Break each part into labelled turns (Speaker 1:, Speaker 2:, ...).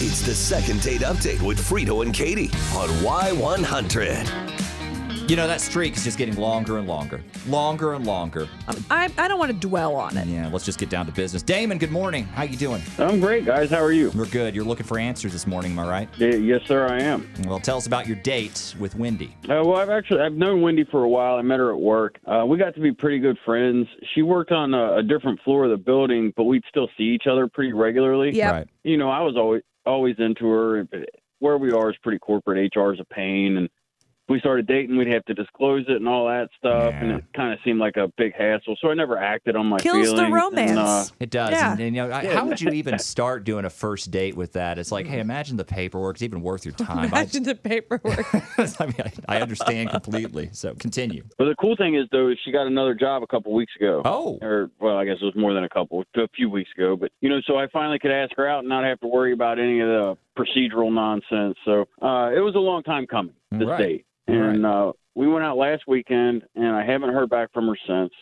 Speaker 1: It's the second date update with Frito and Katie on Y100.
Speaker 2: You know, that streak is just getting longer and longer, longer and longer.
Speaker 3: I, I don't want to dwell on it.
Speaker 2: Yeah, let's just get down to business. Damon, good morning. How you doing?
Speaker 4: I'm great, guys. How are you?
Speaker 2: We're good. You're looking for answers this morning, am I right?
Speaker 4: Y- Yes, sir, I am.
Speaker 2: Well, tell us about your date with Wendy.
Speaker 4: Uh, well, I've actually I've known Wendy for a while. I met her at work. Uh, we got to be pretty good friends. She worked on a, a different floor of the building, but we'd still see each other pretty regularly.
Speaker 3: Yep.
Speaker 2: Right.
Speaker 4: You know, I was always always into her. Where we are is pretty corporate. HR is a pain, and we started dating. We'd have to disclose it and all that stuff, and
Speaker 2: Yeah.
Speaker 4: it kind of seemed like a big hassle. So I never acted on my
Speaker 3: Kills
Speaker 4: feelings.
Speaker 3: the
Speaker 4: and,
Speaker 3: romance.
Speaker 4: uh,
Speaker 2: It does.
Speaker 3: Yeah.
Speaker 2: And, and, you know, I- how would you even start doing a first date with that? It's like, hey, imagine the paperwork. It's even worth your time. I,
Speaker 3: Imagine the paperwork.
Speaker 2: I mean, I, I understand completely. So continue.
Speaker 4: but the cool thing is, though, is she got another job a couple weeks ago.
Speaker 2: Oh,
Speaker 4: or well, I guess it was more than a couple, a few weeks ago. But you know, so I finally could ask her out and not have to worry about any of the procedural nonsense. So uh, it was a long time coming this
Speaker 2: Right.
Speaker 4: date, and uh, we went out last weekend, and I haven't heard back from her since.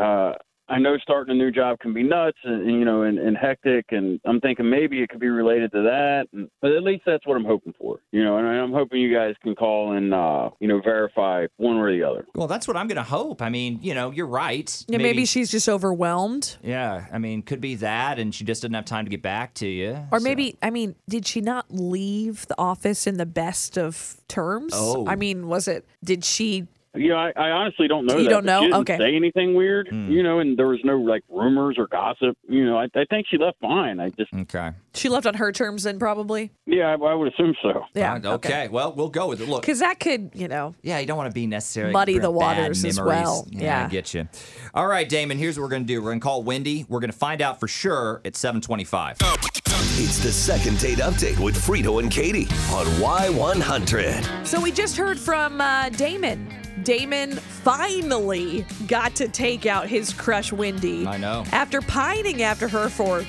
Speaker 4: Uh, I know starting a new job can be nuts, and, and, you know, and, and hectic, and I'm thinking maybe it could be related to that. And, but at least that's what I'm hoping for, you know. And I'm hoping you guys can call and uh, you know verify one way or the other.
Speaker 2: well, that's what I'm going to hope. I mean, you know, you're right.
Speaker 3: yeah, maybe she's just overwhelmed.
Speaker 2: Yeah, I mean, could be that, and she just doesn't have time to get back to you.
Speaker 3: Or
Speaker 2: so-
Speaker 3: maybe, I mean, did she not leave the office in the best of terms?
Speaker 2: Oh.
Speaker 3: I mean, was it, did she,
Speaker 4: Yeah, I, I honestly don't know.
Speaker 3: You
Speaker 4: that.
Speaker 3: don't know?
Speaker 4: She didn't
Speaker 3: Okay.
Speaker 4: Say anything weird,
Speaker 2: Hmm.
Speaker 4: you know, and there was no like rumors or gossip. You know, I, I think she left fine. I just,
Speaker 2: Okay.
Speaker 3: she left on her terms then probably?
Speaker 4: yeah, I, I would assume so.
Speaker 3: Yeah.
Speaker 2: Fine, okay. Well, we'll go with it. Look.
Speaker 3: Because that could, you know,
Speaker 2: Yeah, you don't want to be necessarily
Speaker 3: Muddy
Speaker 2: bring
Speaker 3: the
Speaker 2: bad
Speaker 3: waters as
Speaker 2: memories.
Speaker 3: well.
Speaker 2: Yeah, I
Speaker 3: Yeah.
Speaker 2: get you. All right, Damon. Here's what we're gonna do. We're gonna call Wendy. We're gonna find out for sure at 7:25.
Speaker 4: Oh.
Speaker 1: It's the second date update with Frito and Katie on Y100.
Speaker 3: So we just heard from uh, Damon. Damon finally got to take out his crush, Wendy.
Speaker 2: I know.
Speaker 3: After pining after her for,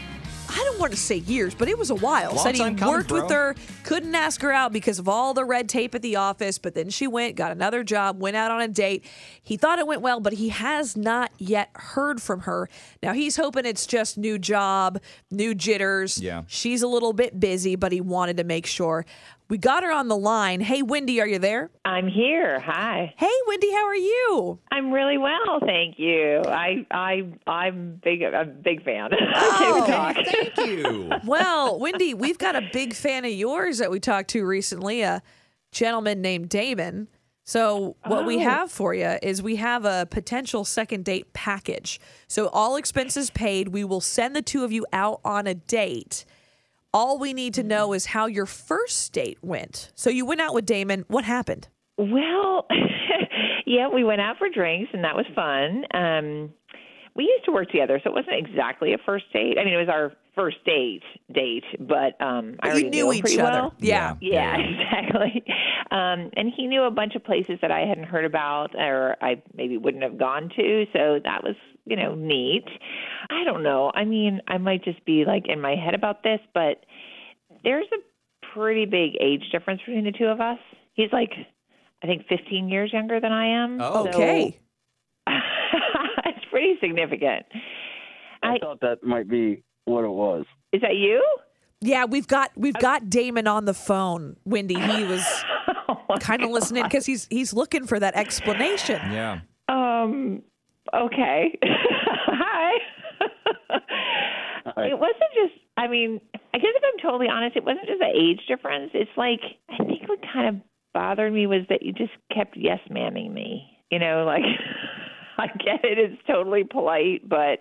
Speaker 3: I don't want to say years, but it was a while.
Speaker 2: Long
Speaker 3: Said he
Speaker 2: time coming,
Speaker 3: worked with
Speaker 2: bro.
Speaker 3: her, couldn't ask her out because of all the red tape at the office, but then she went, got another job, went out on a date. He thought it went well, but he has not yet heard from her. Now he's hoping it's just new job, new jitters.
Speaker 2: Yeah.
Speaker 3: She's a little bit busy, but he wanted to make sure. We got her on the line. Hey, Wendy, are you there?
Speaker 5: I'm here. Hi.
Speaker 3: Hey, Wendy, how are you?
Speaker 5: I'm really well, thank you. I I I'm big I'm a big fan. Okay,
Speaker 3: Oh,
Speaker 5: talk.
Speaker 2: Thank you.
Speaker 3: well, Wendy, we've got a big fan of yours that we talked to recently, a gentleman named Damon. So, what we
Speaker 5: Oh.
Speaker 3: have for you is we have a potential second date package. So, all expenses paid, we will send the two of you out on a date. All we need to
Speaker 5: Hmm.
Speaker 3: know is how your first date went. So, you went out with Damon. What happened?
Speaker 5: Well, yeah, we went out for drinks and that was fun. Um we used to work together, so it wasn't exactly a first date. I mean, it was our first date date, but um I
Speaker 3: You
Speaker 5: already
Speaker 3: knew
Speaker 5: knew him
Speaker 3: each
Speaker 5: pretty
Speaker 3: other.
Speaker 5: well.
Speaker 3: Yeah.
Speaker 5: Yeah, exactly. Um, and he knew a bunch of places that I hadn't heard about or I maybe wouldn't have gone to. So that was, you know, neat. I don't know. I mean, I might just be like in my head about this, but there's a pretty big age difference between the two of us. He's like, I think 15 years younger than I am.
Speaker 2: Oh.
Speaker 5: So
Speaker 3: Okay.
Speaker 5: it's pretty significant.
Speaker 4: I,
Speaker 5: I-
Speaker 4: thought that might be what it was.
Speaker 5: Is that you?
Speaker 3: Yeah, we've got we've got Damon on the phone. Wendy, he was
Speaker 5: Oh
Speaker 3: kind of listening because he's he's looking for that explanation.
Speaker 2: Yeah.
Speaker 5: Um. Okay. Hi.
Speaker 4: Hi.
Speaker 5: It wasn't just. I mean, I guess if I'm totally honest, it wasn't just the age difference. It's like I think what kind of bothered me was that you just kept yes mamming me. You know, like I get it. It's totally polite, but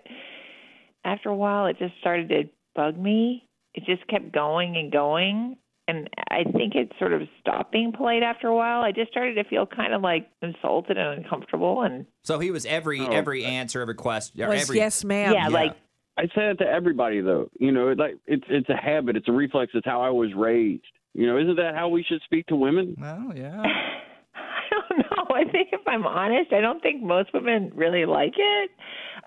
Speaker 5: after a while, it just started to bug me. It just kept going and going. And I think it sort of stopped being polite after a while. I just started to feel kind of like insulted and uncomfortable. And
Speaker 2: So he was every
Speaker 4: Oh.
Speaker 2: every answer, every question, or
Speaker 3: Was
Speaker 2: every
Speaker 3: yes, ma'am.
Speaker 5: yeah, like,
Speaker 4: I say that to everybody, though. You know, it, like it's it's a habit, it's a reflex, it's how I was raised. You know, isn't that how we should speak to women?
Speaker 2: Well, yeah.
Speaker 5: I don't know. I think if I'm honest, I don't think most women really like it.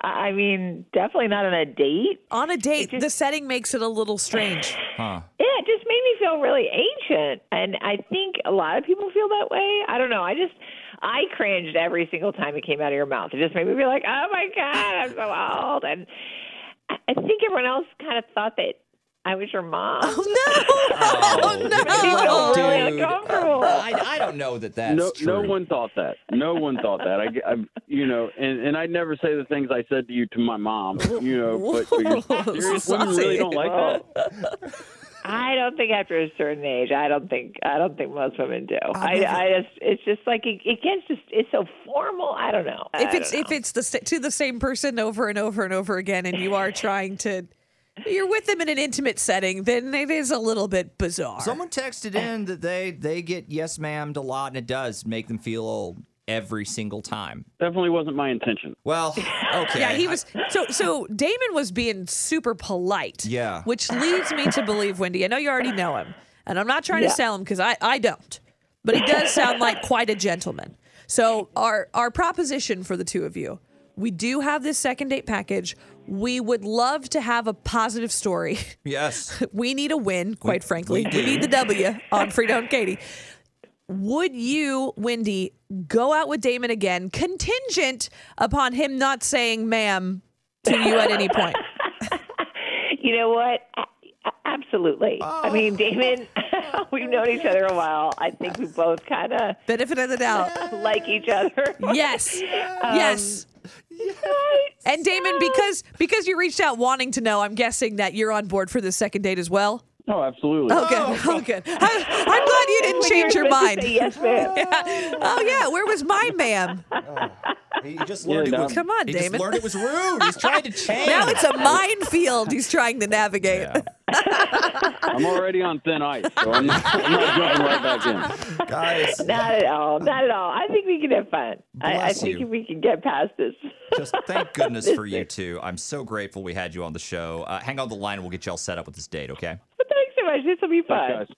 Speaker 5: I I mean, definitely not on a date.
Speaker 3: on a date,
Speaker 5: just-
Speaker 3: the setting makes it a little strange.
Speaker 2: Huh.
Speaker 5: Yeah, it just made me feel really ancient. And I think a lot of people feel that way. I don't know. I just, I cringed every single time it came out of your mouth. It just made me be like, oh my God, I'm so old. And I I think everyone else kind of thought that I was your mom.
Speaker 3: No. Oh,
Speaker 5: I
Speaker 3: no.
Speaker 5: feel really
Speaker 2: dude.
Speaker 5: uncomfortable.
Speaker 2: I, I don't know that that's
Speaker 4: no,
Speaker 2: true.
Speaker 4: no one thought that. No one thought that. I, I, you know, and, and I never say the things I said to you to my mom. You know, but, but you're serious. women really don't like that.
Speaker 5: I don't think after a certain age. I don't think. I don't think most women do.
Speaker 3: Oh,
Speaker 5: I, I just. It's just like it, it gets just. It's so formal. I don't know. I
Speaker 3: If it's
Speaker 5: don't
Speaker 3: if it's the sa- to the same person over and over and over again, and you are trying to, you're with them in an intimate setting, then it is a little bit bizarre.
Speaker 2: Someone texted in that they they get yes ma'amed a lot, and it does make them feel old every single time.
Speaker 4: Definitely wasn't my intention.
Speaker 2: Well, okay.
Speaker 3: Yeah, he was. So, so Damon was being super polite.
Speaker 2: Yeah.
Speaker 3: Which leads me to believe, Wendy. I know you already know him, and I'm not trying to sell him because I, I don't. But he does sound like quite a gentleman. So, our our proposition for the two of you, we do have this second date package. We would love to have a positive story.
Speaker 2: Yes.
Speaker 3: We need a win, quite frankly. We, need the W on Frito and Katie. Would you, Wendy, go out with Damon again, contingent upon him not saying ma'am to you at any point?
Speaker 5: You know what? A- a- Absolutely.
Speaker 3: Oh.
Speaker 5: I mean, Damon, we've known each other a while. I think we both kind of
Speaker 3: Benefit of the doubt.
Speaker 5: like each other.
Speaker 3: Yes. Um, Yes. And Damon, because because you reached out wanting to know, I'm guessing that you're on board for this second date as well.
Speaker 4: Oh, absolutely.
Speaker 3: Oh, good. Oh, good. I, I'm glad you didn't
Speaker 5: When
Speaker 3: change
Speaker 5: you're
Speaker 3: your
Speaker 5: supposed to
Speaker 3: mind.
Speaker 5: say yes, ma'am.
Speaker 3: Oh yeah, where was my ma'am?
Speaker 2: He just
Speaker 4: Yeah,
Speaker 2: learned it
Speaker 4: no.
Speaker 2: was.
Speaker 3: Come on,
Speaker 2: he
Speaker 3: Damon.
Speaker 2: just learned it was rude. He's trying to change.
Speaker 3: Now it's a minefield he's trying to navigate.
Speaker 2: Yeah.
Speaker 4: I'm already on thin ice, so I'm not, I'm not jumping right back in.
Speaker 2: guys.
Speaker 5: Not at all. Not at all. I think we can have fun. I, I
Speaker 2: Bless
Speaker 5: think
Speaker 2: you.
Speaker 5: we can get past this.
Speaker 2: Just thank goodness for you two. I'm so grateful we had you on the show. Uh, hang on the line. We'll get y'all set up with this date. Okay.
Speaker 5: But thanks so much. This will be fun.
Speaker 4: Guys.